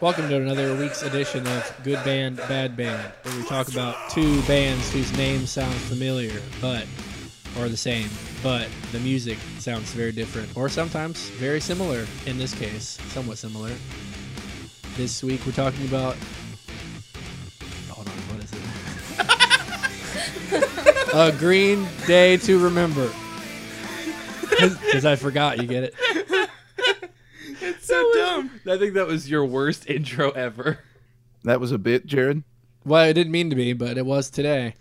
Welcome to another week's edition of Good Band, Bad Band, where we talk about two bands whose names sound familiar, but or the same, but the music sounds very different, or sometimes very similar. In this case, somewhat similar. This week we're talking about. Hold on, what is it? A Green Day to Remember. Because I forgot, you get it. so dumb. I think that was your worst intro ever. That was a bit, Jared. Well, it didn't mean to be, but it was today.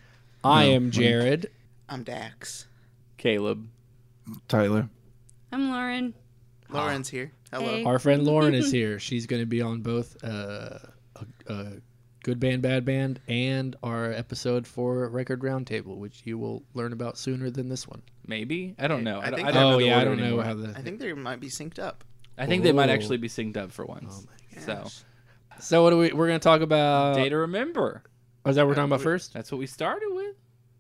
I am Jared. I'm Dax. Caleb. Tyler. I'm Lauren. Ah. Lauren's here. Hello. Hey. Our friend Lauren is here. She's going to be on both uh, a, a Good Band, Bad Band and our episode for Record Roundtable, which you will learn about sooner than this one. Maybe I don't know. I, I don't, think- I don't Oh, know the yeah. I order don't know anymore. how the. I think they might be synced up. I think they might Ooh. actually be synced up for once. so so, what are we. We're going to talk about. day to remember. Oh, is that what we're talking about first? That's what we started with.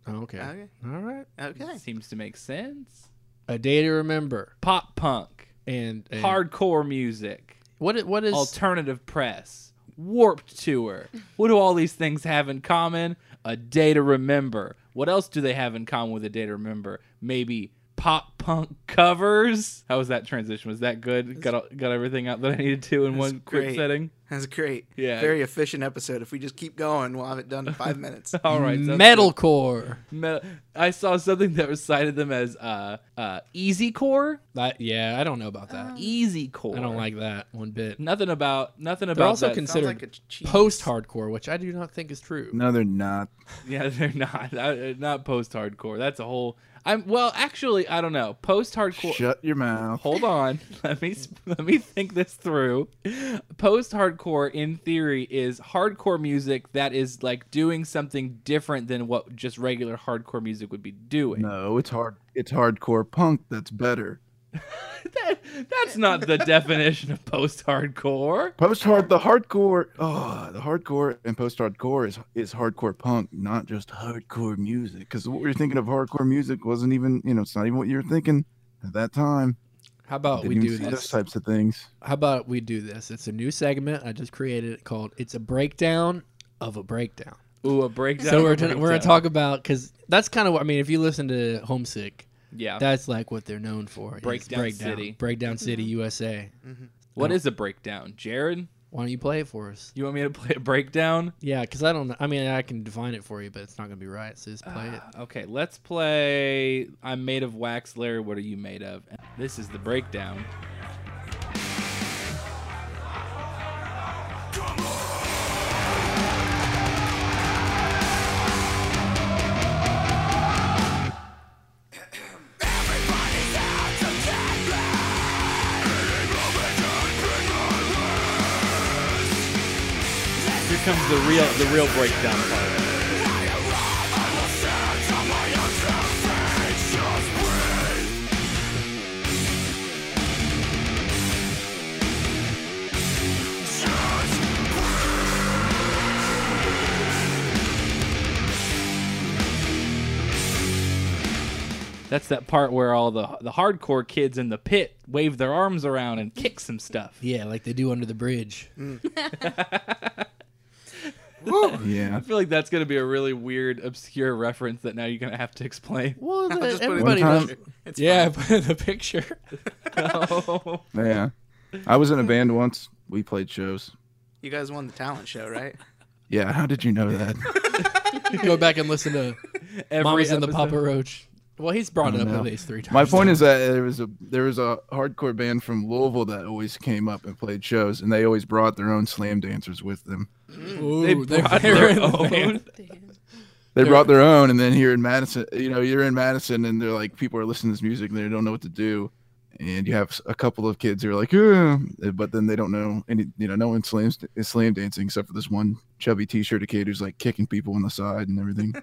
Oh, okay. Okay. All right. Okay. Seems to make sense. A Day to Remember. Pop punk, And. and hardcore music, What, i- what is. alternative press, warped tour. What do all these things have in common? A day to remember. What else do they have in common with a day to remember? Maybe pop punk covers. How was that transition? Was that good? Got all- got everything out that I needed to in one quick great. setting. That's great. Yeah. Very efficient episode. If we just keep going, we'll have it done in five minutes. All right, sounds metalcore. good. Metal. I saw something that recited them as uh, uh, easy core, That, yeah, I don't know about that. easy core. I don't like that one bit. nothing about nothing They're about also that. considered like a cheese. post-hardcore, which I do not think is true. No, they're not. yeah, they're not uh, not post hardcore. That's a whole. I'm well, actually, I don't know. Post hardcore. Shut your mouth. Hold on. Let me sp- let me think this through. Post hardcore in theory is hardcore music that is like doing something different than what just regular hardcore music would be doing. No, it's hard. It's hardcore punk. That's better. That, that's not the definition of post hardcore. Post hard. The hardcore. Oh, the hardcore and post hardcore is is hardcore punk, not just hardcore music. Because what you're thinking of hardcore music wasn't even you know it's not even what you were thinking at that time. How about Didn't Oh, we even do see those this? types of things. How about we do this? It's a new segment I just created it called "It's a Breakdown of a Breakdown." Ooh, a breakdown. so of a we're gonna, we're gonna breakdown. talk about because that's kind of what I mean. If you listen to Homesick, Yeah. that's like what they're known for. is Breakdown City. Breakdown City, USA. what is a breakdown, Jared? Why don't you play it for us? You want me to play a breakdown? Yeah, because I don't. I mean, I can define it for you, but it's not gonna be right. So just play it. Okay, let's play I'm Made of Wax, Larry. What are you made of? This is the breakdown. Here comes the real the real breakdown part. That's that part where all the the hardcore kids in the pit wave their arms around and kick some stuff. Yeah, like they do under the bridge. Yeah. I feel like that's gonna be a really weird, obscure reference that now you're gonna have to explain. Well, I'll just put it in everybody the knows- does. picture. It's Yeah, fine. put in the picture. Oh. Yeah. I was in a band once. We played shows. You guys won the talent show, right? Yeah. How did you know that? Go back and listen to Every Mama's and the episode- Papa Roach. Well, he's brought it up know. at least three times. My point is that there was a there was a hardcore band from Louisville that always came up and played shows, and they always brought their own slam dancers with them. Ooh, They they're brought very- their own. Damn. They brought their own, and then here in Madison, you know, you're in Madison, and they're like, people are listening to this music, and they don't know what to do, and you have s- a couple of kids who are like, yeah, but then they don't know any, you know, no one slams is slam dancing except for this one chubby T-shirted kid who's like kicking people on the side and everything.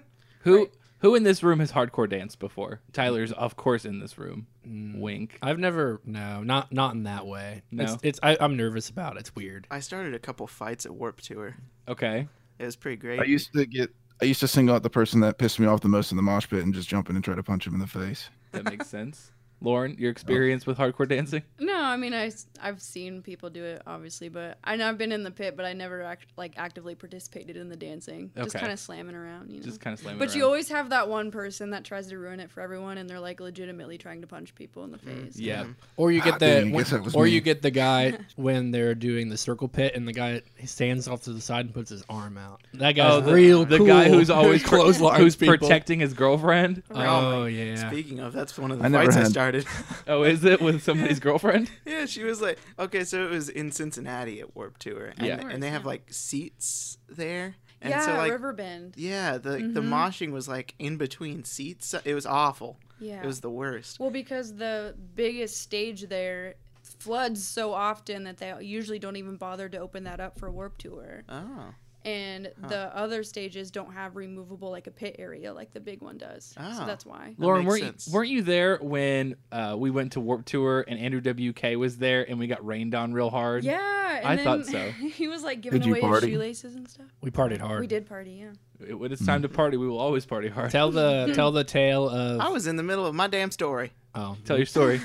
Who who in this room has hardcore danced before? Tyler's of course in this room. Mm. Wink. I've never no, not not in that way. No. it's, it's I, I'm nervous about. It. It's weird. I started a couple fights at Warp Tour. Okay. It was pretty I great. used to get. I used to single out the person that pissed me off the most in the mosh pit and just jump in and try to punch him in the face. That makes sense. Lauren, your experience with hardcore dancing? No, I mean I have seen people do it obviously, but I know I've been in the pit, but I never act, like actively participated in the dancing. Just Okay. kind of slamming around, you know. Just kind of slamming. but around. you always have that one person that tries to ruin it for everyone, and they're like legitimately trying to punch people in the Mm, face. yeah. Or you Ah, get dang, the I when- guess that was or me. you get the guy when they're doing the circle pit and the guy stands off to the side and puts his arm out. That guy's Oh, Oh, the, real the cool. guy who's always pro- clotheslines who's people. protecting his girlfriend. Oh yeah. Speaking of, that's one of the I never fights I had- started. Oh, is it with somebody's girlfriend? yeah, she was like, okay, so it was in Cincinnati at Warp Tour, and, Yeah. and they have like seats there, and yeah, so like. Riverbend. yeah, the the moshing was like in between seats. It was awful. Yeah. It was the worst. Well, because the biggest stage there floods so often that they usually don't even bother to open that up for Warp Tour. Oh, And the other stages don't have removable like a pit area like the big one does. Ah. So that's why. Lauren, makes weren't sense. you, weren't you there when uh, we went to Warp Tour and Andrew WK was there and we got rained on real hard? Yeah, and I then thought so. he was like giving Did you away his party? shoelaces and stuff. We partied hard. We did party, yeah. It- When it's time to party, we will always party hard. Mm-hmm. Tell, Tell the tell the tale I of was in the middle of my damn story. oh, your story.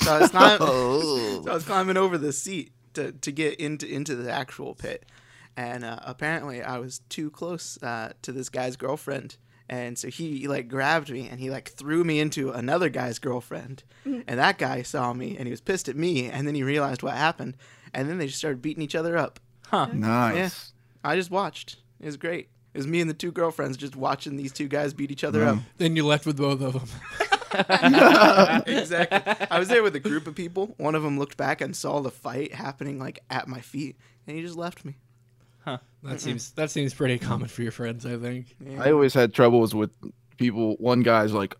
So I was climbing, so I was climbing over the seat to, to get into into the actual pit, and uh, apparently I was too close uh, to this guy's girlfriend, and so he like grabbed me and he like threw me into another guy's girlfriend, and that guy saw me and he was pissed at me, and then he realized what happened, and then they just started beating each other up. Nice. I just watched. It was great. It was me and the two girlfriends just watching these two guys beat each other up. Then you left with both of them. exactly. I was there with a group of people. One of them looked back and saw the fight happening like at my feet, and he just left me. That seems that seems pretty common for your friends, I think. I always had troubles with people. One guy's like,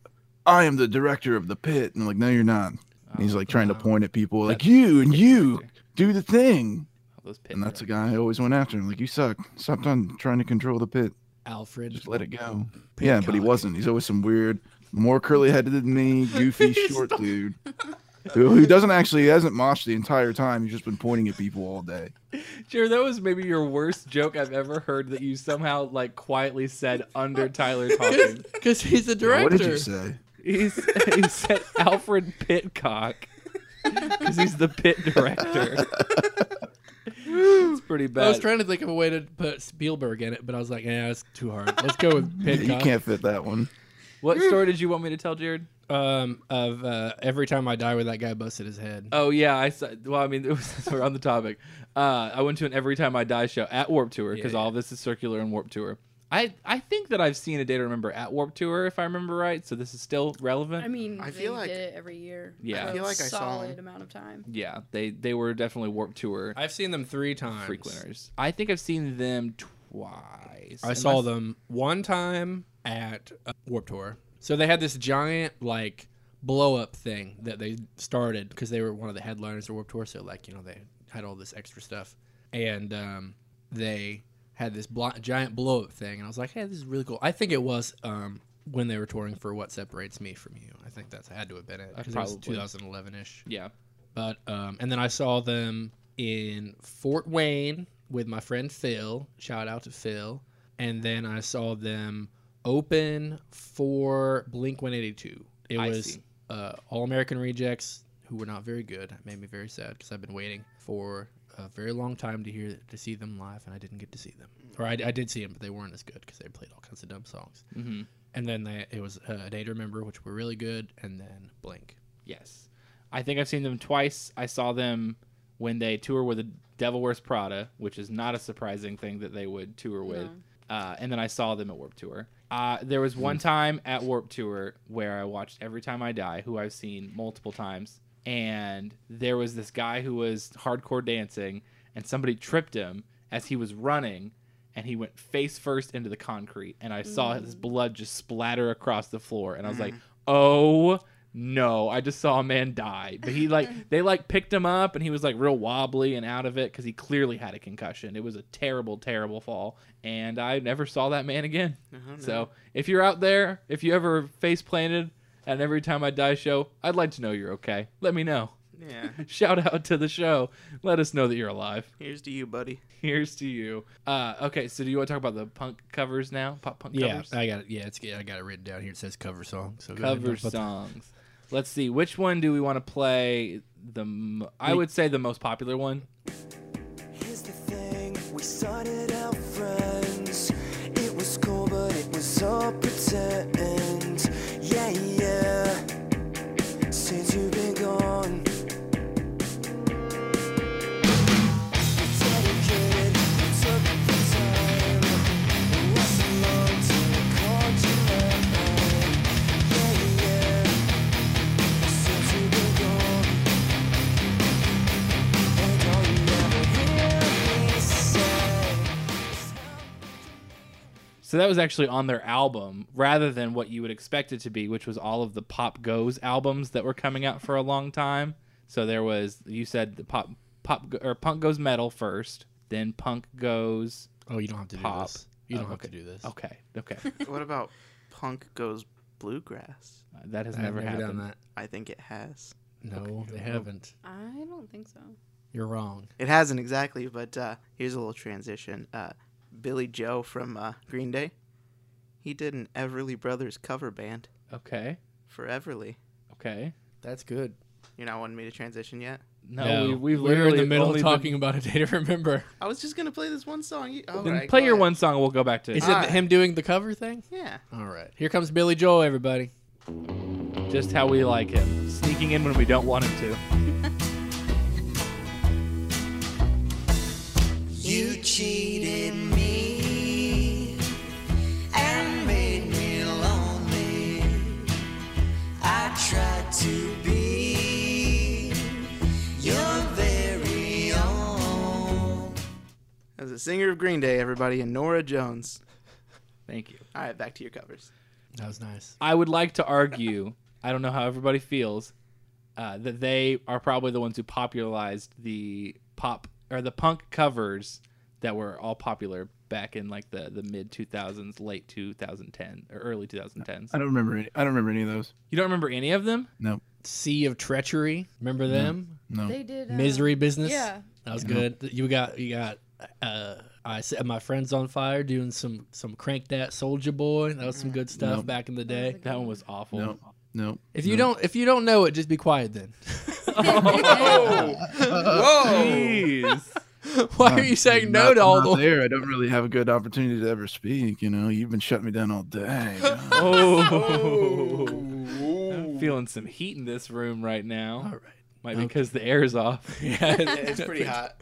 "I am the director of the pit," and I'm like, "No, you're not." And he's like trying to point at people, like you and you do the thing. Oh, those pits And that's are- the guy I always went after. I'm like, "You suck. Stop trying trying to control the pit. Alfred. Just let it go." Yeah, but he wasn't. He's always some weird, more curly headed than me, goofy, short dude who, who doesn't actually he hasn't moshed the entire time. He's just been pointing at people all day. Sure, that was maybe your worst joke I've ever heard that you somehow like quietly said under Tyler talking. Because he's the director. What did you say? He's, he said Alfred Pitcock because he's the pit director. it's pretty I was bad. trying to think of a way to put Spielberg in it, but I was like, yeah, that's too hard. Let's go with Yeah, you Pitcock. can't fit that one. what story did you want me to tell, Jared? Um, of uh, every time I die, where that guy busted his head. Uh, Oh yeah, I saw. Well, I mean, it was, we're on the topic. Uh, I went to an Every Time I Die show at Warp Tour because all this is circular and Warp Tour. I I think that I've seen a day to remember at Warp Tour if I remember right. So this is still relevant. I mean, I I feel feel they like- did it every year. Yeah. I for feel a like I saw solid him. amount of time. yeah, they they were definitely Warp Tour I've seen them three times. frequenters. I think I've seen them twice. I saw them. them one time at uh, Warp Tour. So they had this giant like blow up thing that they started because they were one of the headliners of Warp Tour. So like you know they had all this extra stuff, and um, they had this blo- giant blow up thing, and I was like, hey, this is really cool. I think it was um, when they were touring for What Separates Me from You. I think that's had to have been it because it was probably. 2011 ish. Yeah. But um, and then I saw them in Fort Wayne with my friend Phil. Shout out to Phil. And then I saw them open for Blink 182. It I was see. uh, All American Rejects, who were not very good. It made me very sad because I've been waiting for a very long time to hear to see them live, and I didn't get to see them. Or I, I did see them, but they weren't as good because they played all kinds of dumb songs. Mm-hmm. And then they, it was uh, A Day to Remember, which were really good, and then Blink. Yes. I think I've seen them twice. I saw them when they tour with the Devil Wears Prada, which is not a surprising thing that they would tour with. Uh, and then I saw them at Warp Tour. Uh, there was one time at Warp Tour where I watched Every Time I Die, who I've seen multiple times. And there was this guy who was hardcore dancing, and somebody tripped him as he was running, and he went face first into the concrete. And I saw his blood just splatter across the floor. And I was like, oh no, I just saw a man die. But he like they like picked him up and he was like real wobbly and out of it because he clearly had a concussion. It was a terrible, terrible fall, and I never saw that man again. So if you're out there, if you ever face planted at an every time I die show, I'd like to know you're okay. Let me know. Yeah. Shout out to the show. Let us know that you're alive. Here's to you, buddy. Here's to you. Uh, okay, so do you want to talk about the punk covers now? Pop punk Yeah, covers? I got it. Yeah, it's I got it written down here. It says cover song. So go ahead and cover talk about that. songs. Let's see. Which one do we want to play? The m- I would say the most popular one. Here's the thing, we started out friends. It was cool, but it was all pretend. Yeah, yeah. Since you've been gone, I'm dedicated, I took the time. It wasn't long till I called you mine. Yeah, yeah. Since you've been gone. And all you ever hear me say So that was actually on their album rather than what you would expect it to be, which was all of the Pop Goes albums that were coming out for a long time. So there was you said the pop pop Go- or punk goes metal first, then punk goes Oh, you don't have to do Pop. this. You Oh, don't have okay. to do this. okay, okay. What about punk goes bluegrass? That has I've never, happened. done that. I think it has. No, they haven't. I don't think so. You're wrong. It hasn't exactly, but uh, here's a little transition. Uh, Billy Joe from uh, Green Day, he did an Everly Brothers cover band Okay, for Everly. okay. That's good. You're not wanting me to transition yet? No, No, we, we've we're literally in the middle only of been- talking about a day to remember. I was just gonna play this one song. You, all then right, play go your ahead. one song and we'll go back to Is it. it Alright. him doing the cover thing? Yeah. All right. Here comes Billy Joel, everybody. just how we like it, sneaking in when we don't want it to. You cheated me and made me lonely. I tried to be your very own. As a singer of Green Day, everybody, and Nora Jones. Thank you. All right, back to your covers. That was nice. I would like to argue, I don't know how everybody feels, uh, that they are probably the ones who popularized the pop or the punk covers that were all popular back in like the, the mid 2000s, late 2010 or early 2010s. I don't remember. Any, I don't remember any of those. You don't remember any of them? No, Sea of Treachery. Remember them? no. They did uh, Misery Business. Yeah. That was good. You got you got. Uh, I set my friends on fire doing some some crank that soldier boy. That was some good stuff Nope. back in the day. That one was awful. no, no. If you don't if you don't know it, just be quiet then. Oh, Jeez. Why are you saying no to all the? there. I don't really have a good opportunity to ever speak. You know, you've been shutting me down all day. Oh. I'm feeling some heat in this room right now. All right. Might Oh. be because the air's off. yeah, It's pretty hot.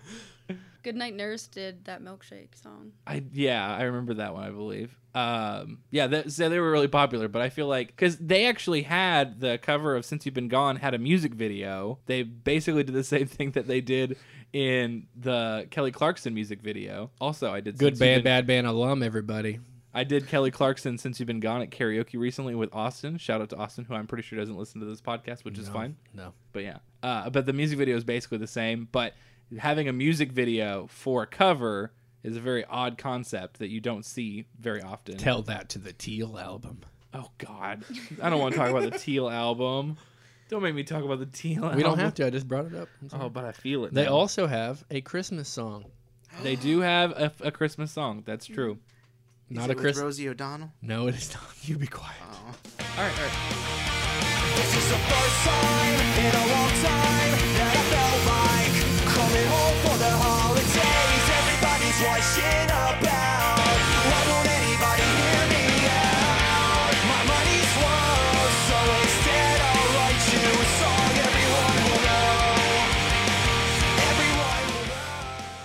Good Night Nurse did that milkshake song. I yeah, I remember that one. I believe. Um, yeah, that, so they were really popular, but I feel like because they actually had the cover of "Since You've Been Gone" had a music video. They basically did the same thing that they did in the Kelly Clarkson music video. Also, I did Good Since You've band, Been- bad band alum, everybody. I did Kelly Clarkson "Since You've Been Gone" at karaoke recently with Austin. Shout out to Austin, who I'm pretty sure doesn't listen to this podcast, which is fine. No. But yeah, uh, but the music video is basically the same. But having a music video for a cover is a very odd concept that you don't see very often. Tell that to the Teal album. oh God, I don't want to talk about the Teal album. Don't make me talk about the Teal. We don't have to. I just brought it up. I'm sorry. Oh, but I feel it. They now. also have a Christmas song. they do have a, a Christmas song. That's true. Is Not a it with Chris. Rosie O'Donnell. No, it is not. You be quiet. All right, all right. This is the first time in a long time that I felt like coming home for the holidays. Everybody's rushing about. Why won't anybody hear me out? My money's worth, so instead I'll write you a song. Everyone will know. Everyone will know.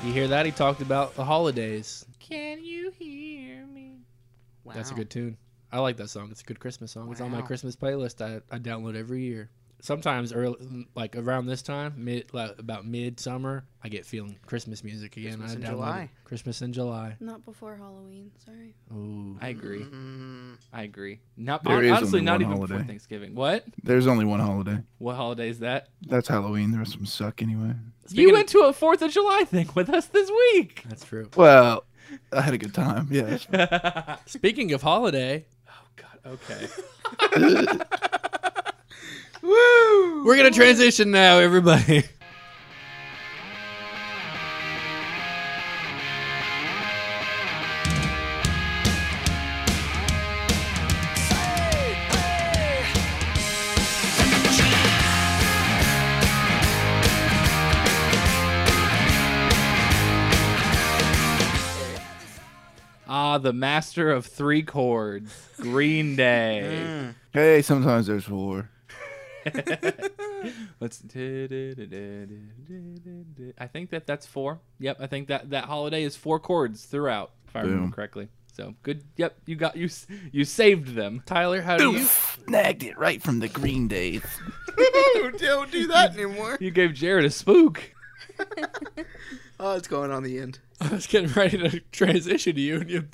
You hear that? He talked about the holidays. Can you hear me? Wow. That's a good tune. I like that song. It's a good Christmas song. It's on my Wow. Christmas playlist. I, I download every year. Sometimes early, like around this time, mid like about midsummer, I get feeling Christmas music again. Christmas I in download July. it. Christmas in July. Not before Halloween. Sorry. Ooh, I agree. Mm, I agree. Not There is honestly, only not one even before holiday. Thanksgiving. What? There's only one holiday. What holiday is that? That's Halloween. The rest of them suck anyway. you Speaking went to a Fourth of July thing with us this week. that's true. Well, I had a good time. Yeah. Speaking of holiday, Oh, God, okay. we're gonna transition now, everybody. Cheer Ah, the master of three chords, Green Day. Hey, sometimes there's war. Mm. Let's. I think that that's four. Yep, I think that that holiday is four chords throughout, if I Boom. remember correctly. So good. Yep, you got you s- you saved them. Tyler, how do you? Snagged it right from the Green Days. Don't do that anymore. You gave Jared a spook. Oh, it's going on the end. I was getting ready to transition to you, and you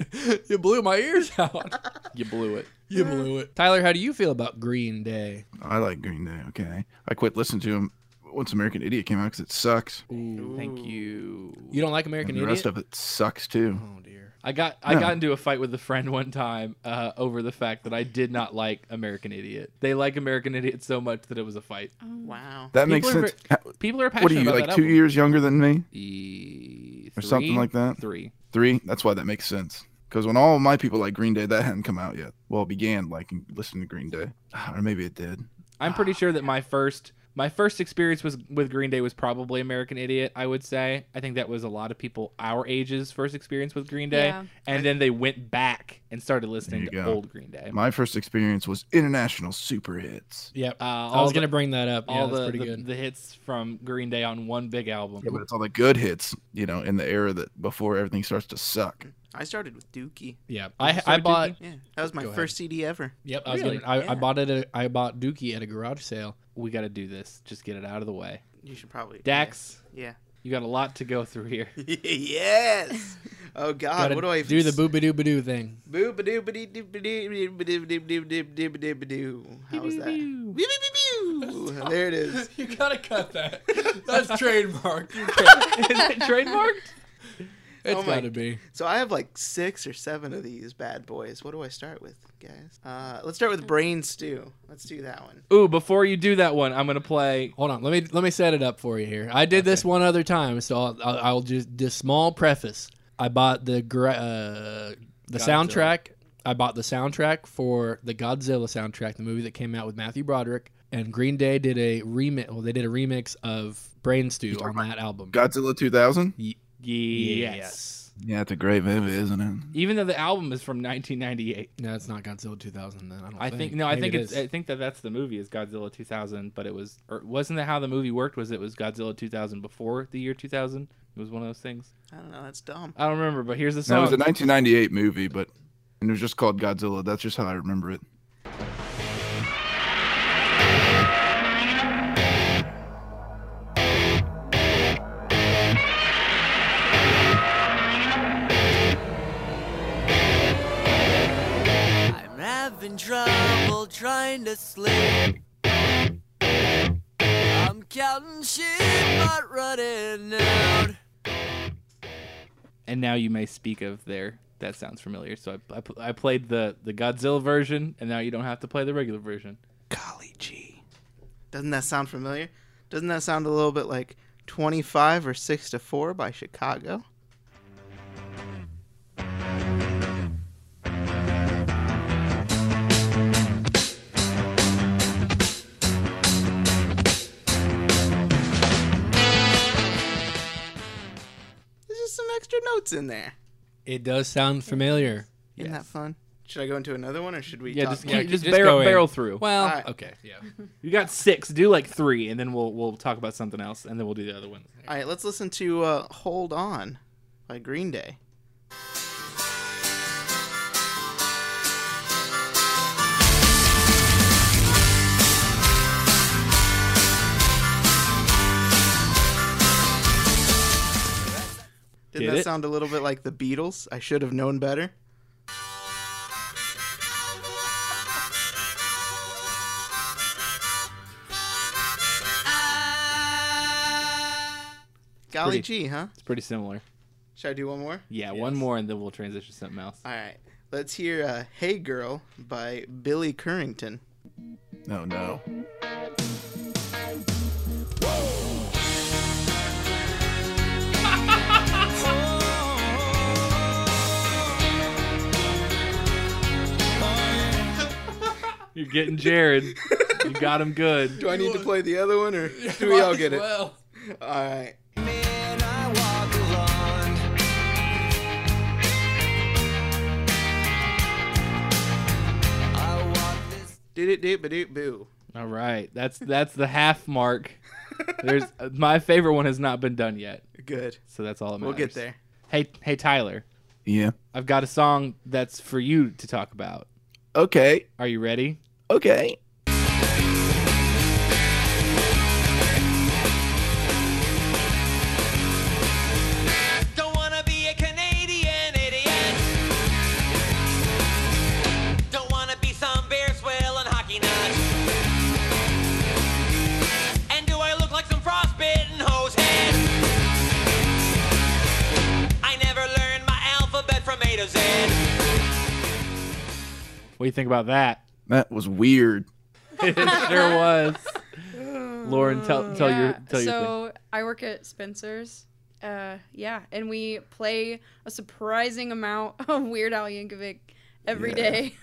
you blew my ears out. You blew it. You blew it. Tyler, how do you feel about Green Day? I like Green Day. Okay, I quit listening to him once American Idiot came out because it sucks, Thank you. You don't like American and the Idiot? rest of it sucks too. oh dear. I got I No. got into a fight with a friend one time uh, over the fact that I did not like American Idiot. They like American Idiot so much that it was a fight. Wow. That makes People are sense. ver- Ha- People are passionate What are you about like? that Two album. years younger than me? E- Or something three? like that? Three. Three? That's why that makes sense. Because when all my people like Green Day, that hadn't come out yet. Well, it began liking listening to Green Day, or maybe it did. I'm pretty sure that my first my first experience was with Green Day was probably American Idiot. I would say I think that was a lot of people our ages first experience with Green Day, Um, Yeah. and then they went back and started listening to There you go. old Green Day. My first experience was international super hits. Yep. Uh, I all was the- gonna bring that up. Yeah, all that's the, pretty the, good. the hits from Green Day on one big album. Yeah, but it's all the good hits, you know, in the era that before everything starts to suck. I started with Dookie. yeah, I Sorry, I Dookie? bought. Yeah, that was my Go ahead. first CD ever. Yep, I was Really? gonna. I, Yeah. I bought it. At, I bought Dookie at a garage sale. we got to do this. Just get it out of the way. You should probably. Dax, Yeah. you got a lot to go through here. yes. Oh God, Gotta what do I even do the booby dooby doo thing? Boo ba doo ba dee doo ba dee doo ba doo ba doo ba doo ba doo ba doo ba doo. How was that? Boo boo boo boo. There it is. You gotta cut that. That's trademark. Is it trademarked? It's Oh my- gotta be. So I have like six or seven of these bad boys. What do I start with, guys? Uh, let's start with Brain Stew. Let's do that one. Ooh, before you do that one, I'm gonna play. Hold on. Let me let me set it up for you here. I did this one other time, so I'll, I'll, I'll just do small preface. I bought the gra- uh, the Godzilla. soundtrack. I bought the soundtrack for the Godzilla soundtrack, the movie that came out with Matthew Broderick. And Green Day did a remix. Well, they did a remix of Brain Stew on that album. Godzilla 2000? Yes. Yeah, it's a great movie, isn't it? Even though the album is from 1998, No, it's not Godzilla 2000. Then I don't. I think no, I think it's I think that that's the movie is Godzilla 2000, but it was or wasn't that how the movie worked? Was it was Godzilla 2000 before the year 2000? It was one of those things. I don't know. That's dumb. I don't remember, but here's the No, it song. was a 1998 movie, but and it was just called Godzilla. That's just how I remember it. I'm having trouble trying to sleep. I'm counting sheep but running out. and now you may speak of there. That sounds familiar. So I, I, pl- I played the the Godzilla version, and now you don't have to play the regular version. Doesn't that sound familiar? Doesn't that sound a little bit like 25 or 6 to 4 by Chicago? There's just some extra notes in there. it does sound familiar. Isn't that fun? Should I go into another one or should we Yeah, talk just more? keep, just, just go barrel in. barrel through. Well, Alright. okay, yeah. You got six. Do like three, and then we'll we'll talk about something else, and then we'll do the other one. All right, let's listen to uh, Hold On by Green Day. Didn't Get that it? sound a little bit like the Beatles? I should have known better. Golly pretty- gee, huh? It's pretty similar. Should I do one more? Yeah, one more, and then we'll transition to something else. All right. Let's hear uh, Hey Girl by Billy Currington. No, Oh, no. You're getting Jared. you got him good. Do I need to play the other one or do we all get it? All Well, right. Man, I walk alone. doop doop doop boo. All right, that's that's the half mark. There's uh, my favorite one has not been done yet, Good. so that's all that We'll matters. get there. Hey, hey Tyler, Yeah. I've got a song that's for you to talk about. Okay. Are you ready? Okay. Don't wanna be a Canadian idiot. Don't wanna be some bears whale and hockey nut. And do I look like some frostbitten hose head? I never learned my alphabet from A to Z. What do you think about that? That was weird. it sure was. Lauren, tell tell your Yeah, tell your thing. so I work at Spencer's. Uh, yeah, and we play a surprising amount of Weird Al Yankovic every day.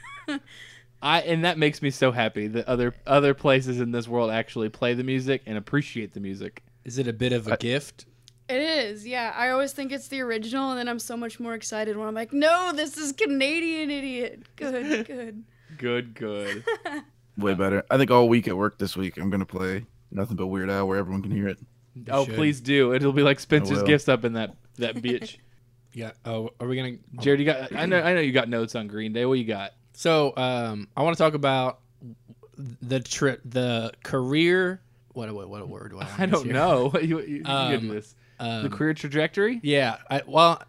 I and that makes me so happy that other other places in this world actually play the music and appreciate the music. Is it a bit Uh, of a gift? it is, yeah. I always think it's the original, and then I'm so much more excited when I'm like, "No, this is Canadian idiot." Good, good. Good, good. Way better. I think all week at work this week, I'm gonna play nothing but Weird Al where everyone can hear it. oh, should. please do. It'll be like Spencer's will. gifts up in that that bitch. Yeah. Oh, are we gonna? Jared, you got I know I know you got notes on Green Day. What you got? So um, I want to talk about the trip, the career. What what what word? do I, want I to don't use here? know. you, you, you can Um, do this. um, the career trajectory. Yeah. I, well,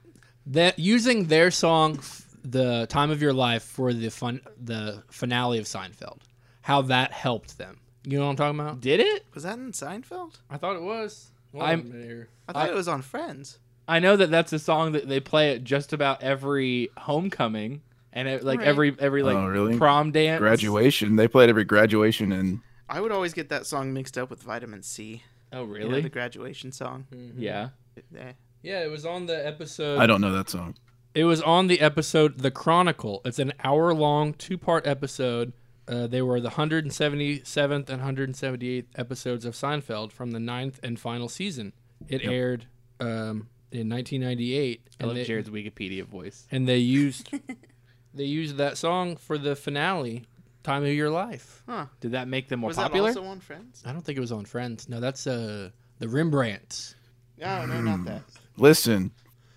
that using their song, f- "The Time of Your Life," for the fun, the finale of Seinfeld, how that helped them. You know what I'm talking about? Did it? Was that in Seinfeld? I thought it was. I'm- I thought I- it was on Friends. I know that that's a song that they play at just about every homecoming and it, like Right. every every like Oh, really? prom dance. Graduation. They played every graduation and I would always get that song mixed up with Vitamin C. Oh, you know, really? the graduation song. yeah. Eh. Yeah, it was on the episode. I don't know that song. It was on the episode The Chronicle. It's an hour long, two part episode. Uh, they were the 177th and 178th episodes of Seinfeld from the ninth and final season. It aired um, in 1998. I and love they, Jared's Wikipedia voice. And they used they used that song for the finale, "Time of Your Life." Did that make them more Was popular? that also on Friends? I don't think it was on Friends. No, that's uh, the Rembrandts. No, no, not that. Listen,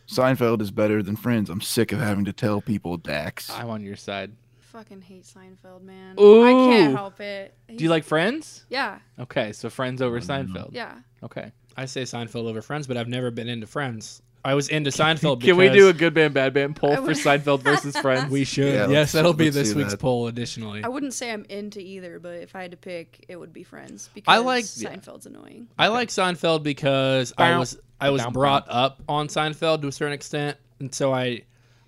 Seinfeld is better than Friends. I'm sick of having to tell people Dax. I'm on your side. Fucking hate Seinfeld, man. I can't Ooh. help it. Do you like Friends? Yeah, Okay, so Friends over Seinfeld. yeah. Okay. I say Seinfeld over Friends, but I've never been into Friends. I was into Seinfeld. Can we because- do a good band bad band poll I for would- Seinfeld versus Friends? We should. Yeah, yes, let's- that'll be let's this do week's that. poll. Additionally, I wouldn't say I'm into either, but if I had to pick, it would be Friends because I like- Seinfeld's annoying. I like Seinfeld because I Bow. was I was Bow, bow. brought up on Seinfeld to a certain extent, and so I,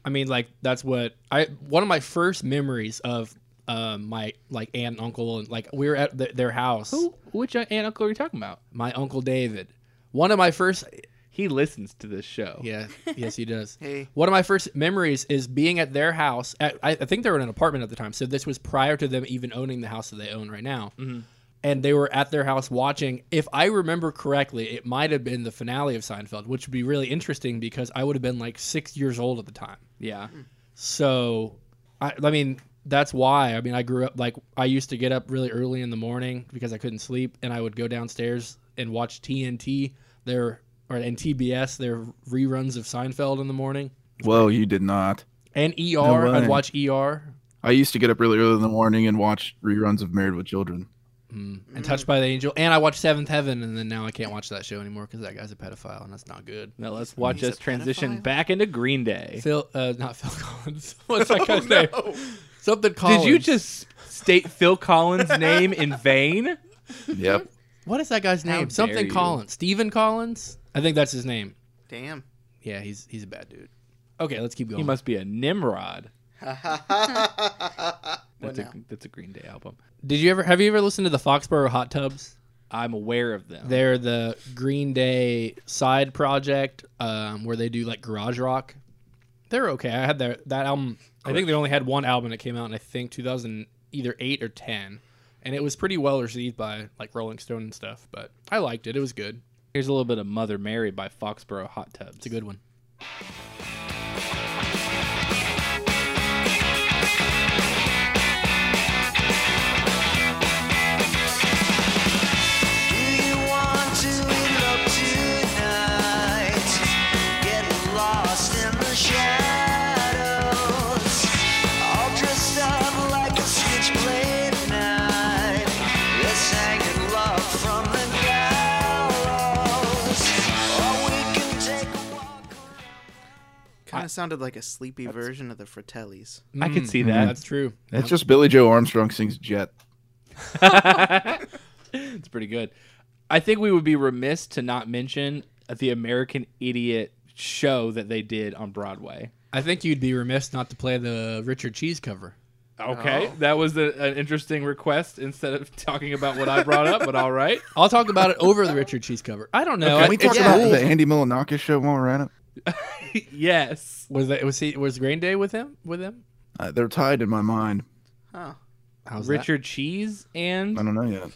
I mean, like that's what I one of my first memories of um, my like aunt and uncle and like we were at th their house. Who- which aunt and uncle are you talking about? My uncle David. One of my first He listens to this show. Yeah, yes, he does. Hey. One of my first memories is being at their house. At, I, I think they were in an apartment at the time, so this was prior to them even owning the house that they own right now. And they were at their house watching. If I remember correctly, it might have been the finale of Seinfeld, which would be really interesting because I would have been like six years old at the time. Yeah. So, I, I mean, that's why. I mean, I grew up like I used to get up really early in the morning because I couldn't sleep, and I would go downstairs and watch TNT their or and TBS their reruns of Seinfeld in the morning, Well, you did not. and ER. No way. I'd watch ER I used to get up really early in the morning and watch reruns of Married with Children. Mm-hmm. and Touched by the Angel, and I watched Seventh Heaven, and then now I can't watch that show anymore because that guy's a pedophile, and that's not good. Now let's watch He's us a transition pedophile? back into Green Day. Phil, uh, not Phil Collins. What's that Oh, guy's name? Something Collins. Did you just state Phil Collins' name in vain? Mm-hmm. Yep. What is that guy's How name? dare Something you. Collins. Stephen Collins. I think that's his name. Damn. Yeah, he's he's a bad dude. Okay, let's keep going. He must be a Nimrod. Well, That's a, now. that's a Green Day album. Did you ever have you ever listened to the Foxborough Hot Tubs? I'm aware of them. They're the Green Day side project um, where they do like garage rock. They're okay. I had their that album. I think they only had one album that came out in I think 2000 either 8 or 10 and it was pretty well received by like Rolling Stone and stuff, but I liked it. It was good. Here's a little bit of Mother Mary by Foxborough Hot Tubs. It's a good one. Mother kind of sounded like a sleepy version of the Fratellis. I can see that. That's true. It's just Billy Joe Armstrong sings Jet. it's pretty good. I think we would be remiss to not mention the American Idiot show that they did on Broadway. I think you'd be remiss not to play the Richard Cheese cover. Okay, that was a, an interesting request instead of talking about what I brought up, but all right. I'll talk about it over the Richard Cheese cover. I don't know. Oh, Can I- we talk it's about cool. the Andy Milanakis show while we're at it? Yes. was that was he was Green Day with him with him? Uh, they're tied in my mind. Huh. How's that? Richard Cheese I and don't know yet.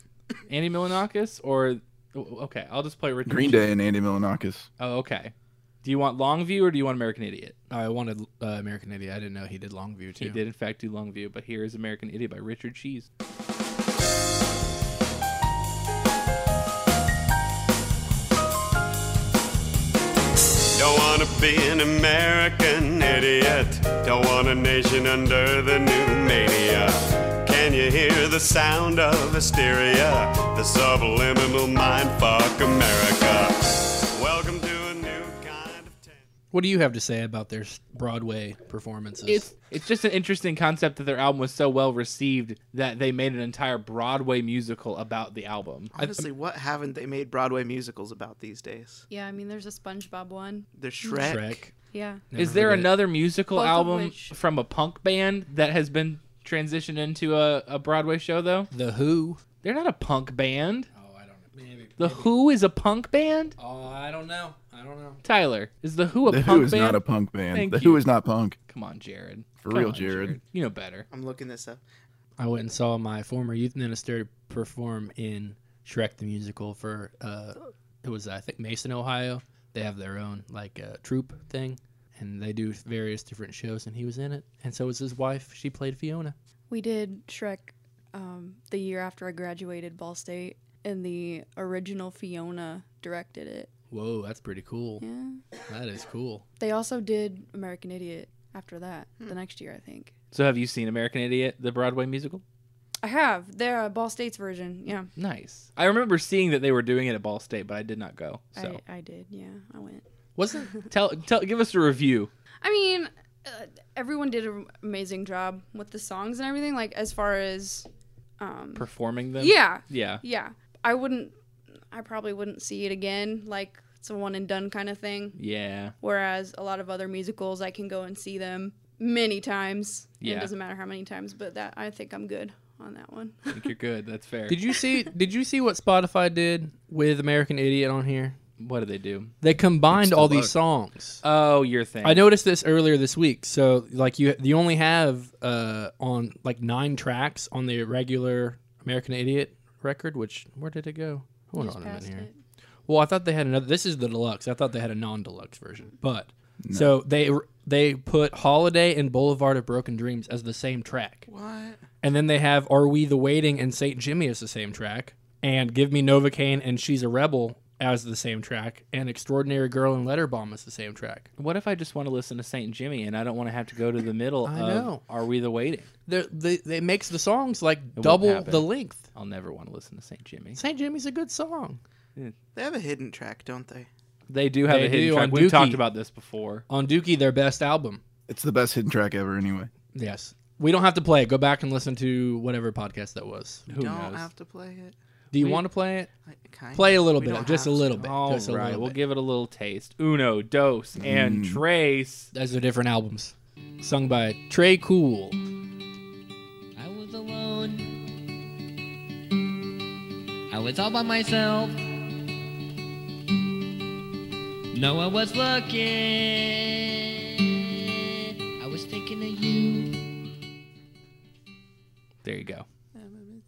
Andy Milanakis or oh, okay, I'll just play Richard Green Cheese. Day and Andy Milanakis. Oh, okay. Do you want Longview or do you want American Idiot? I wanted uh, American Idiot. I didn't know he did Longview too. He did in fact do Longview, but here is American Idiot by Richard Cheese. Don't wanna be an American idiot. Don't want a nation under the new mania. Can you hear the sound of hysteria? The subliminal mindfuck America. Welcome to a new kind of town. What do you have to say about their s- Broadway performances? It's it's just an interesting concept that their album was so well received that they made an entire Broadway musical about the album. Honestly, what haven't they made Broadway musicals about these days? Yeah, I mean, there's a SpongeBob one. The Hmm. Shrek. Yeah. Never Is there forget it. another musical Both of album which- from a punk band that has been transitioned into a, a Broadway show though? The Who? They're not a punk band. Oh, I don't know. Maybe. The Who is a punk band? Oh, I don't know. I don't know. Tyler, is the Who a The punk Who is band? not a punk band. Thank the you. Who is not punk. Come on, Jared. For Come real, on, Jared. You know better. I'm looking this up. I went and saw my former youth minister perform in Shrek the Musical for uh, it was I think Mason, Ohio. They have their own like uh, troupe thing, and they do various different shows, and he was in it, and so was his wife. She played Fiona. We did Shrek um, the year after I graduated Ball State, and the original Fiona directed it. Whoa, that's pretty cool. Yeah. That is cool. They also did American Idiot after that, the next year, I think. So have you seen American Idiot, the Broadway musical? I have. They're uh, Ball State's version. Yeah. Nice. I remember seeing that they were doing it at Ball State, but I did not go. So I, I did. Yeah. I went. Wasn't tell tell give us a review. I mean, uh, everyone did an amazing job with the songs and everything, like, as far as. Um, Performing them. yeah. Yeah. Yeah. I wouldn't. I probably wouldn't see it again. Like, it's a one and done kind of thing. Yeah. Whereas a lot of other musicals, I can go and see them many times. Yeah. It doesn't matter how many times, but that I think I'm good on that one. I think you're good. That's fair. Did you see? did you see what Spotify did with American Idiot on here? what did they do? They combined all bug. these songs. Oh, your thing. I noticed this earlier this week. So, like, you you only have uh, on like nine tracks on the regular American Idiot record. Which where did it go? Hold Just on a minute passed here. it. Well, I thought they had another. This is the deluxe. I thought they had a non-deluxe version, but so they they put Holiday and Boulevard of Broken Dreams as the same track. What? And then they have Are We the Waiting and Saint Jimmy as the same track. And Give Me Novocaine and She's a Rebel as the same track. And Extraordinary Girl and Letter Bomb as the same track. what if I just want to listen to Saint Jimmy and I don't want to have to go to the middle I of know. Are We the Waiting? They're, they, they makes the songs like won't double happen. the length. I'll never want to listen to Saint Jimmy. Saint Jimmy's a good song. They have a hidden track, don't they? They do have They a hidden do track. on We've Dookie. talked about this before. On Dookie, their best album. It's the best hidden track ever, anyway. Yes. We don't have to play it. Go back and listen to whatever podcast that was. Who Don't knows? have to play it. Do you We- want to play it? I, kind Play a of. little We bit. don't Just a have little to. bit. All just a right, little we'll bit. give it a little taste. Uno, dos, and Mm. trace. Those are different albums. Sung by Trey Cool. I was alone. I was all by myself. No one was looking. I was thinking of you. There you go.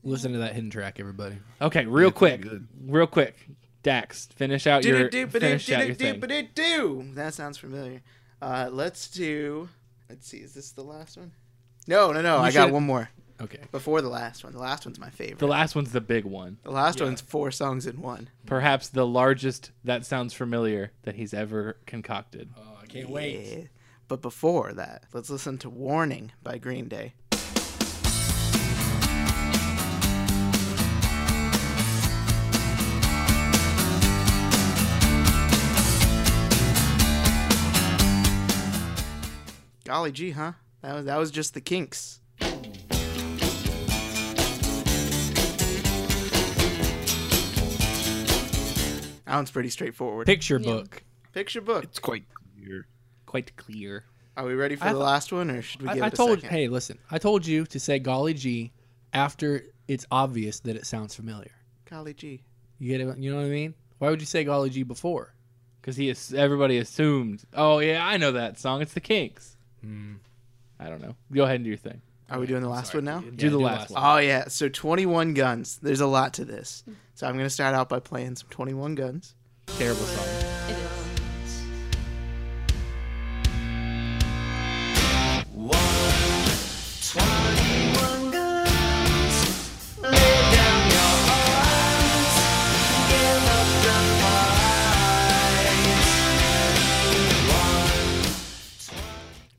Listen to that hidden track, everybody. Okay, real quick, good. real quick. Dax, finish out your finish out your thing. Do-do-do-ba-do-do-ba-do-do. That sounds familiar. Uh, let's do. Let's see. Is this the last one? No, no, no. I got should- one more Okay. before the last one. The last one's my favorite. The last one's the big one. The last one's four songs in one. Perhaps the largest that sounds familiar that he's ever concocted. Oh, I can't Yeah. eh. But before that, let's listen to Warning by Green Day. Golly gee, huh? That was that was just the kinks. That one's pretty straightforward. Picture Yeah. book. Picture book. It's quite clear. Quite clear. Are we ready for I the thought- last one, or should we give I, I it a told second? hey, listen, I told you to say golly gee after it's obvious that it sounds familiar. Golly gee. You get it? You know what I mean? Why would you say golly gee before? Because he is, everybody assumed, oh, yeah, I know that song. It's the Kinks. Hmm. I don't know. Go ahead and do your thing. Are we doing the last one now? Do the last one. Oh yeah. So 21 guns. There's a lot to this. So I'm gonna start out by playing some 21 guns. Terrible song. It is.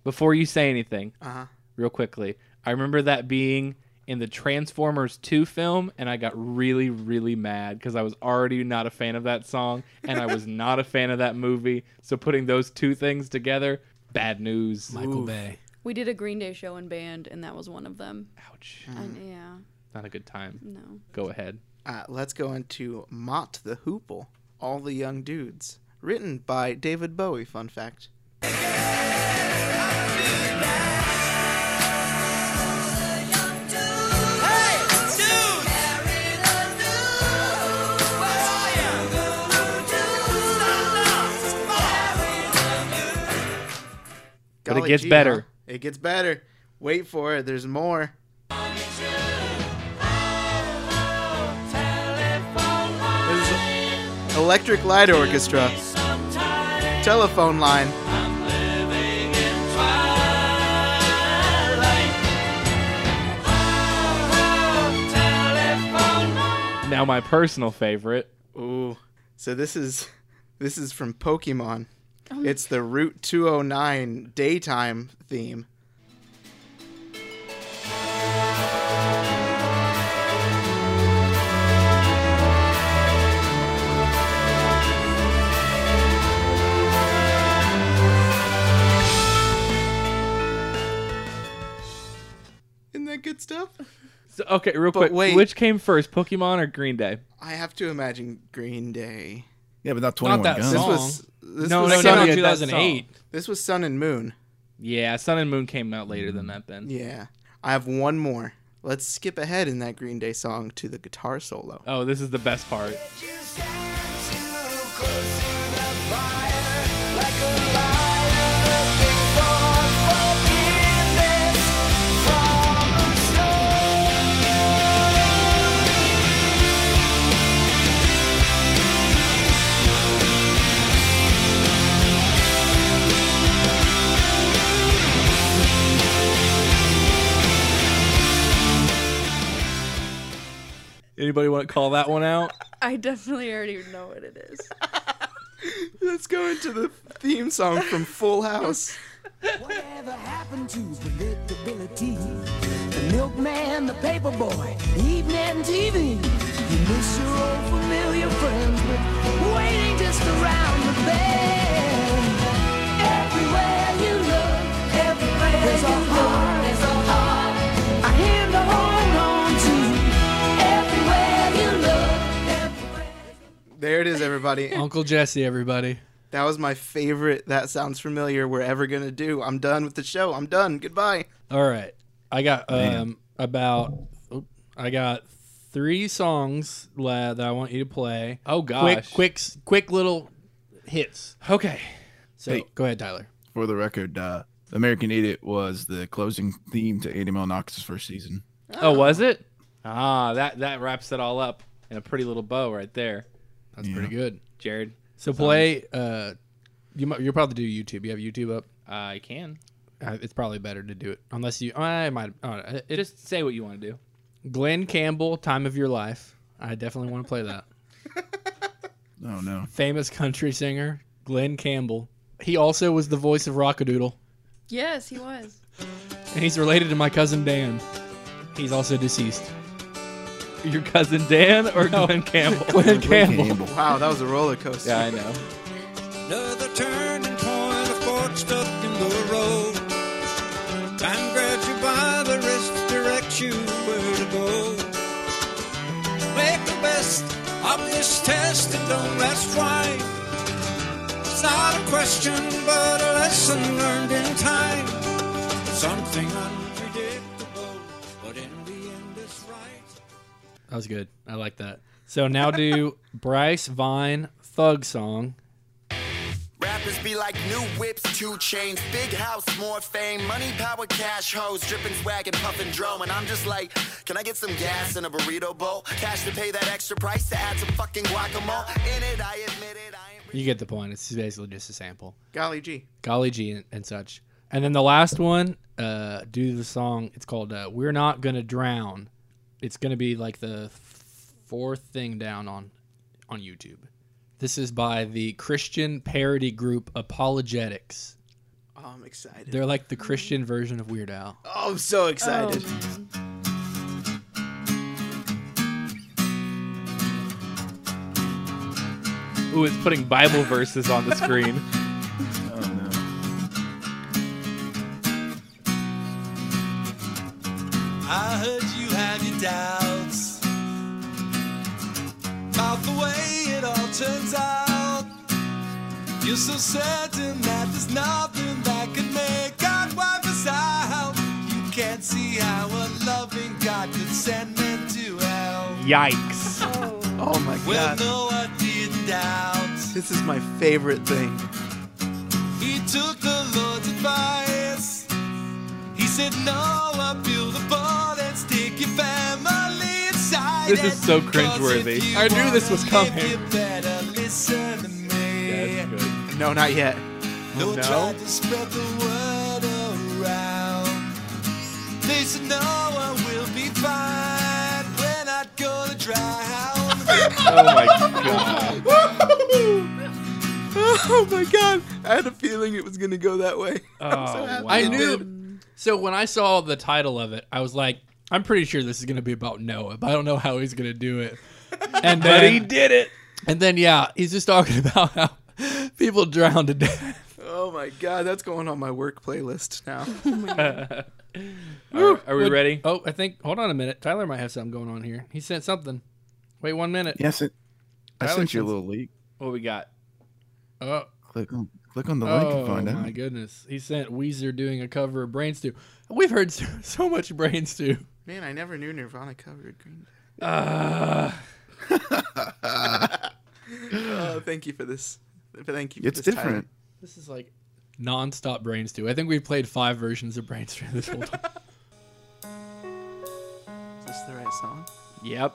Before you say anything, Uh-huh. real quickly, I remember that being in the Transformers 2 film, and I got really, really mad because I was already not a fan of that song, and I was not a fan of that movie. So putting those two things together, bad news. Michael Bay. We did a Green Day show in band, and that was one of them. Ouch. And yeah, Not a good time. no. Go ahead. Uh, let's go into Mott the Hoople, All the Young Dudes, written by David Bowie. Fun fact. But it Golly gets gee, better. huh? It gets better. Wait for it. There's more. This is Electric Light Orchestra. Telephone line. Now, my personal favorite. Ooh. So this is this is from Pokemon. It's the Route 209 daytime theme. Isn't that good stuff? So, okay, real But quick. wait. Which came first, Pokemon or Green Day? I have to imagine Green Day. Yeah, but not 21 that guns. song. This was this No, That no, was no, came out Sun yeah, in and, that 2008. this was Sun and Moon. Yeah, Sun and Moon came out later than that, then. Yeah. I have one more. Let's skip ahead in that Green Day song to the guitar solo. Oh, this is the best part. Anybody want to call that one out? I definitely already know what it is. Let's go into the theme song from Full House. Whatever happened to predictability? The milkman, the paperboy, evening TV. You miss your old familiar friends, but waiting just around the bend. Everywhere you look, everywhere there's a heart, there's a heart. I hear the hold on to. Everywhere you look, everywhere. There it is, everybody. Uncle Jesse, everybody. That was my favorite. That sounds familiar. We're ever gonna do. I'm done with the show. I'm done. Goodbye. All right. I got um about oop, I got three songs la- that I want you to play. Oh, gosh. Quick quick s- quick little hits. Okay. So Hey. go ahead, Tyler. For the record, uh, American Idiot was the closing theme to 80 Mil Knox's first season. Oh, was it? Ah, that that wraps it all up in a pretty little bow right there, That's pretty good. Jared. So play uh you might, you'll probably do YouTube. You have YouTube up. I can Uh, it's probably better to do it unless you I might uh, it, it- just say what you want to do. Glenn Campbell, Time of Your Life. I definitely want to play that. Oh, no. Famous country singer Glenn Campbell. He also was the voice of Rockadoodle. yes, he was. And he's related to my cousin Dan. He's also deceased. Your cousin Dan or No. Glenn Campbell? Glenn Campbell. Campbell. Wow, that was a roller coaster. yeah, I know. Another turning point, a fork stuck in the road. you where to go. Make the best of this test and don't let's try. It's not a question, but a lesson learned in time. Something unpredictable, but in the end, it's right. That was good. I like that. So now do Bryce Vine Thug Song. Rappers be like new whips, two chains, big house, more fame, money, power, cash, hoes, dripping swag and puffin' drum. And I'm just like, can I get some gas in a burrito bowl? Cash to pay that extra price to add some fucking guacamole. In it, I admit it, I ain't. You get the point. It's basically just a sample. Golly gee. Golly G and, and such. And then the last one, uh, do the song. It's called uh, We're Not Gonna Drown. It's gonna be like the fourth thing down on on YouTube. This is by the Christian parody group Apologetics. Oh, I'm excited. They're like the Christian version of Weird Al. oh, I'm so excited. Um, Ooh, it's putting Bible verses on the screen. I heard you have your doubts about the way it all turns out. You're so certain that there's nothing that can make God wipe us out. You can't see how a loving God could send men to hell. Yikes. Oh my Well, god. no, I didn't doubt. This is my favorite thing. He took the Lord's advice. He said, No, I build a boat and stick your family inside. This is it. so 'Cause cringeworthy. if you I knew this wanna was live, coming. You better listen to me. That's good. No, not yet. Who No. tried to spread the word around? They said, No, I will be fine. We're not gonna drown. Oh my god. Oh my god. I had a feeling it was gonna go that way. Oh, wow. I knew. So when I saw the title of it, I was like, I'm pretty sure this is going to be about Noah, but I don't know how he's going to do it. And But then, he did it. And then, yeah, he's just talking about how people drown to death. Oh my god, that's going on my work playlist now. Are, are we ready? Oh, I think. Hold on a minute. Tyler might have something going on here. He sent something. Wait one minute. Yes, it. I Tyler sent you a sends- little link. What we got? Oh, Click on click on the link and oh find out. my goodness. He sent Weezer doing a cover of Brain Stew. We've heard so, so much Brain Stew. Man, I never knew Nirvana covered Green Day. Uh, thank you for this. Thank you. For It's this, Tyler. different. This is like non-stop Brain Stew. I think we've played five versions of Brain Stew this whole time. Is this the right song? Yep.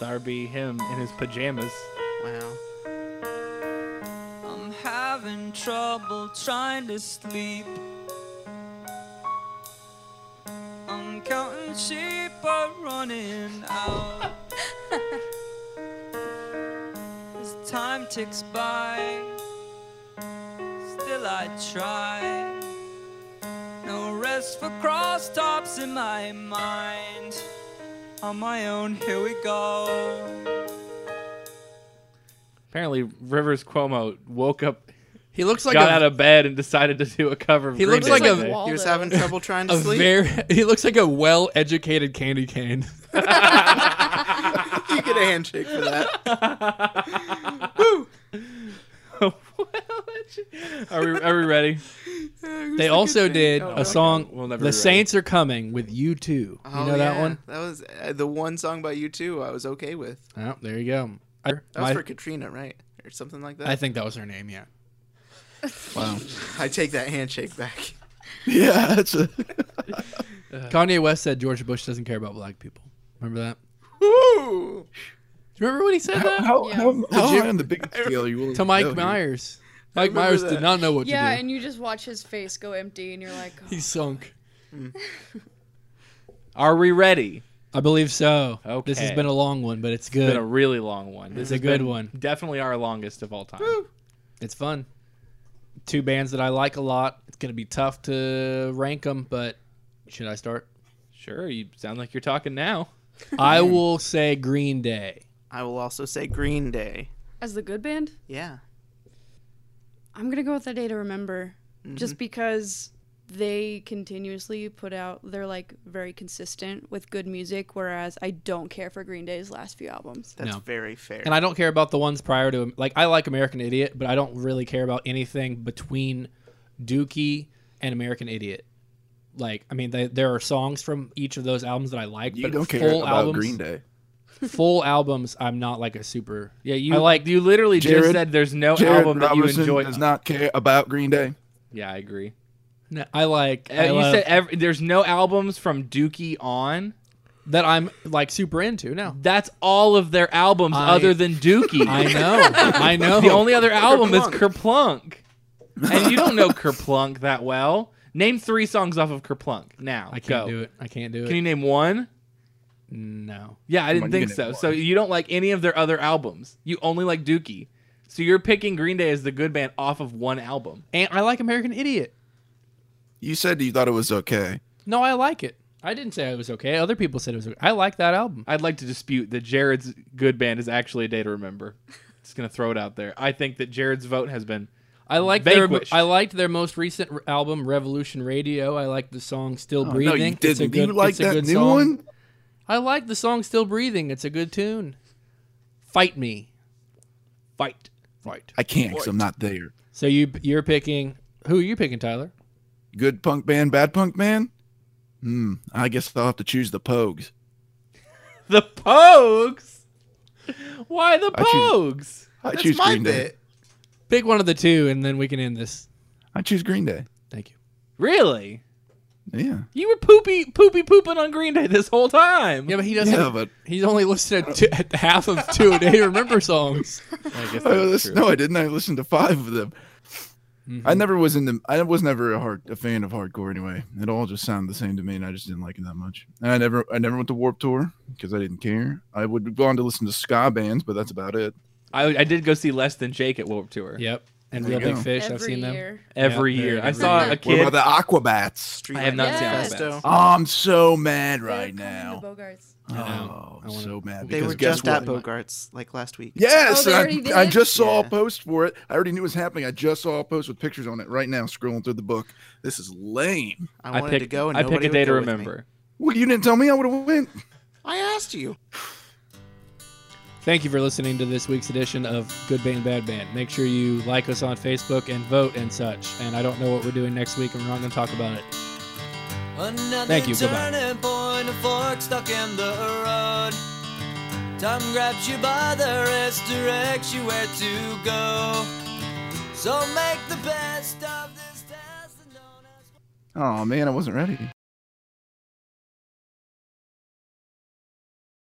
That'd be him in his pajamas. Wow. I'm having trouble trying to sleep. I'm counting sheep, but running out. As time ticks by, still I try. No rest for crosstalks in my mind. On my own, here we go. Apparently, Rivers Cuomo woke up, He looks like got a, out of bed, and decided to do a cover of He Green looks Day like one a- day. He was Waldo. having trouble trying to a sleep. very. He looks like a well-educated candy cane. you get a handshake for that. Are we, are we ready? they also did Oh, a song. We'll never be the ready. Saints are coming with you too. You Oh, know that yeah. one? That was uh, the one song by you too. I was okay with. Oh, there you go. I, That was my- for Katrina, right, or something like that. I think that was her name. Yeah. I take that handshake back. Yeah, that's a, Kanye West said George Bush doesn't care about black people. Remember that? Do Ooh. you remember when he said that how Yeah. how, how high on the big scale you willing to Mike go here? Myers? Mike remember Myers that. did not know what Yeah, to do. and you just watch his face go empty, and you're like, oh. he sunk. Are we ready? I believe so. This has Okay. been a long one, but it's It's good. been a really long one. This It's a has good been one. Definitely our longest of all time. It's fun. Two bands that I like a lot. It's gonna be tough to rank them, but should I start? Sure, you sound like you're talking now. I will say Green Day. I will also say Green Day. as the good band, Yeah. I'm gonna go with the day to remember, just because they continuously put out they're like very consistent with good music whereas i don't care for green day's last few albums That's No. very fair. And I don't care about the ones prior to him. Like I like American Idiot, but I don't really care about anything between Dookie and American Idiot. Like I mean, they, there are songs from each of those albums that I like. You but don't care full about albums, Green Day. Full albums, I'm not like a super. Yeah, you I like like you literally just Jared- said there's no Jared album that Robinson you enjoy. does not care about Green Day. Yeah, I agree. No, I like. Uh, I you love- said every, there's no albums from Dookie on. that I'm like super into now. That's all of their albums I- other than Dookie. I know. I know. The only other album is Kerplunk. And you don't know Kerplunk that well. Name three songs off of Kerplunk now. I can't go. do it. I can't do it. Can you name one? no. Yeah, I didn't Come on, you think can name so. So one. you don't like any of their other albums. You only like Dookie. So you're picking Green Day as the good band off of one album. And I like American Idiot. You said you thought it was okay. No, I like it. I didn't say it was okay. Other people said it was. okay. I like that album. I'd like to dispute that Jared's good band is actually a day to remember. Just gonna throw it out there. I think that Jared's vote has been I like their. Vanquished. I liked their most recent r- album, Revolution Radio. I like the song "Still Breathing." Oh, no, you It's a didn't. good- you like it's a that good new song. one? I like the song "Still Breathing." It's a good tune. Fight me, fight, fight. I can't because I'm not there. So you you're picking who are you picking, Tyler? Good punk band, bad punk band. Hmm. I guess I'll have to choose the Pogues. the Pogues. Why the I choose- Pogues? I That's choose my Green Day. bit. Pick one of the two, and then we can end this. I choose Green Day. Thank you. Really? Yeah. You were poopy poopy pooping on Green Day this whole time. Yeah, but he doesn't. Yeah, but He's only listened to two, at half of two a day. Remember songs? I guess I listen, no, I didn't. I listened to five of them. I never was in the. I was never a hard a fan of hardcore anyway. It all just sounded the same to me, and I just didn't like it that much. And I never, I never went to Warp Tour because I didn't care. I would have gone to listen to ska bands, but that's about it. I, I did go see Less Than Jake at Warped Tour. Yep. And There Real you Big go. Fish. every I've seen them. year Every Yep, year. they're I saw every a What kid. about the Aquabats? Street I have Light not seen Manifesto. Outback. Oh, I'm so mad They're right coming to now. bogarts Oh, I wanna- so mad. They because were guess just at what? Bogarts like last week. Yes, Oh, they I- already did I, it? just saw Yeah. a post for it. I already knew it was happening. I just saw a post with pictures on it right now. Scrolling through the book, this is lame. I I wanted pick, to go and I nobody pick a would day to go with me. remember. Well, you didn't tell me. I would have went. I asked you. Thank you for listening to this week's edition of Good Band Bad Band. Make sure you like us on Facebook and vote and such. And I don't know what we're doing next week, and we're not going to talk about it. Another Thank you. Goodbye. turning point, a fork stuck in the road. Time grabs you by the wrist, directs you where to go. So make the best of this test and don't ask. Oh man, I wasn't ready.